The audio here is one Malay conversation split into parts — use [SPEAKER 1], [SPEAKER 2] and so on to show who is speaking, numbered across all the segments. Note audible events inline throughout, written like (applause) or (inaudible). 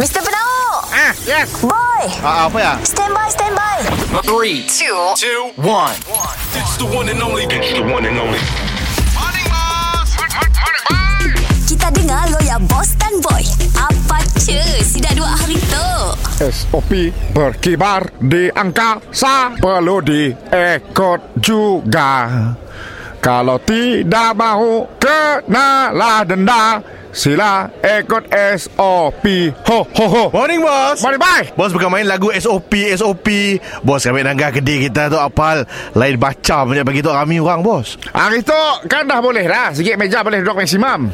[SPEAKER 1] Mr. Penau
[SPEAKER 2] Ah, yes.
[SPEAKER 1] Boy
[SPEAKER 2] Ah, ah, apa ya?
[SPEAKER 1] Stand by, stand by
[SPEAKER 3] Three, two, two, one.
[SPEAKER 4] It's the one and only. It's the one and only.
[SPEAKER 1] Kita dengar lo ya Boss dan Boy Apa cu Si dah dua hari tu
[SPEAKER 5] SOP berkibar di angkasa perlu diikut juga. Kalau tidak mahu kenalah denda, sila ikut SOP. Ho ho ho.
[SPEAKER 2] Morning, bos.
[SPEAKER 5] Mari bye.
[SPEAKER 2] Bos bukan main lagu SOP, SOP. Bos kami nangga kedai kita tu apal. Lain baca banyak bagi tu kami orang, bos.
[SPEAKER 5] Hari tu kan dah boleh dah. Sikit meja boleh duduk maksimum.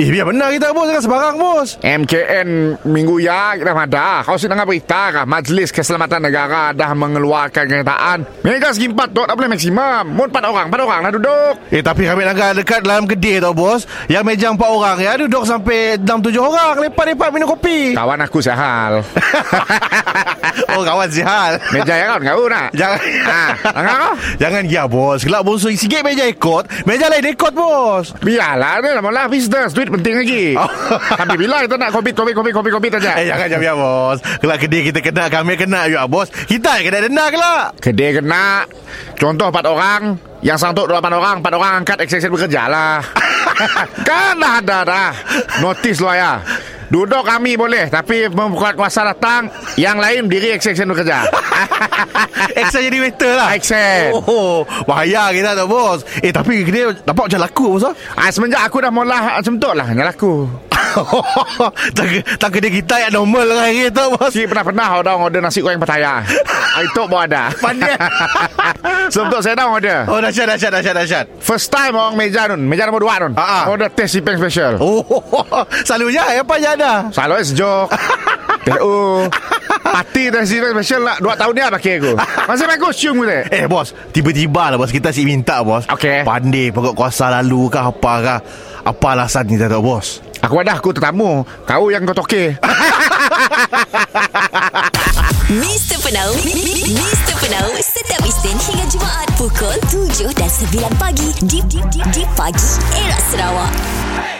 [SPEAKER 2] Eh, biar benar kita, bos. Jangan sebarang, bos.
[SPEAKER 5] MKN minggu ya kita ada. Kau sedang berita kah? Majlis Keselamatan Negara dah mengeluarkan kenyataan. Mega segi empat tu tak boleh maksimum. Mun empat orang, empat orang lah duduk.
[SPEAKER 2] Eh, tapi kami nangga dekat dalam kedai tu, bos. Yang meja empat orang ya. Duduk sampai enam tujuh orang. Lepas-lepas minum kopi.
[SPEAKER 5] Kawan aku sehal.
[SPEAKER 2] (laughs) oh,
[SPEAKER 5] (laughs)
[SPEAKER 2] kawan sihat.
[SPEAKER 5] Meja yang kawan kau nak.
[SPEAKER 2] Jangan
[SPEAKER 5] Ah, tengah kau.
[SPEAKER 2] (laughs) Jangan ya bos Kelak bos Sikit meja ikut Meja lain ikut bos
[SPEAKER 5] Biarlah ni lah Malah business Duit penting lagi
[SPEAKER 2] Oh.
[SPEAKER 5] (laughs) Tapi bila kita nak Covid Covid Covid Covid Covid
[SPEAKER 2] Eh
[SPEAKER 5] saja
[SPEAKER 2] jangan jangan ya bos Kelak kedai kita kena Kami kena ya bos Kita yang kena denda kelak
[SPEAKER 5] Kedai kena Contoh 4 orang Yang sangtuk 8 orang 4 orang angkat Exit-exit bekerja
[SPEAKER 2] (laughs)
[SPEAKER 5] lah Kan dah ada dah Notice lo ya Duduk kami boleh Tapi membuka kuasa datang Yang lain diri exit-exit
[SPEAKER 2] (laughs)
[SPEAKER 5] bekerja
[SPEAKER 2] Eksa jadi waiter lah
[SPEAKER 5] Exit
[SPEAKER 2] Oh Bahaya kita tu bos Eh tapi kedai Nampak macam laku bos ah. (laughs)
[SPEAKER 5] ah, Semenjak aku dah mula Macam tu lah Nyalah aku
[SPEAKER 2] tak, tak kedai kita yang normal lah hari tu bos
[SPEAKER 5] Si pernah-pernah orang order nasi goreng Pattaya Ah, Itu pun ada (laughs)
[SPEAKER 2] Pandai
[SPEAKER 5] Sebab saya dah order
[SPEAKER 2] Oh dahsyat dahsyat dahsyat dahsyat
[SPEAKER 5] First time orang meja nun Meja nombor dua nun
[SPEAKER 2] Ah, ah.
[SPEAKER 5] Order teh sipeng special oh.
[SPEAKER 2] Oh (laughs) Selalunya eh, apa yang ada
[SPEAKER 5] Selalu sejok
[SPEAKER 2] (laughs)
[SPEAKER 5] Teh U Pati teh sipeng special nak Dua tahun dia pakai aku Masih bagus cium aku teh
[SPEAKER 2] Eh bos Tiba-tiba lah bos Kita si minta bos
[SPEAKER 5] Okey.
[SPEAKER 2] Pandai pokok kuasa lalu kah Apa kah Apa alasan kita tu bos
[SPEAKER 5] Aku ada aku tetamu Kau yang kau toke
[SPEAKER 1] Mr. Penau mi- mi- mi- Mr. Penau Setiap Isnin hingga Jumaat Pukul 7 dan 9 pagi Di, di, di, di pagi Era Sarawak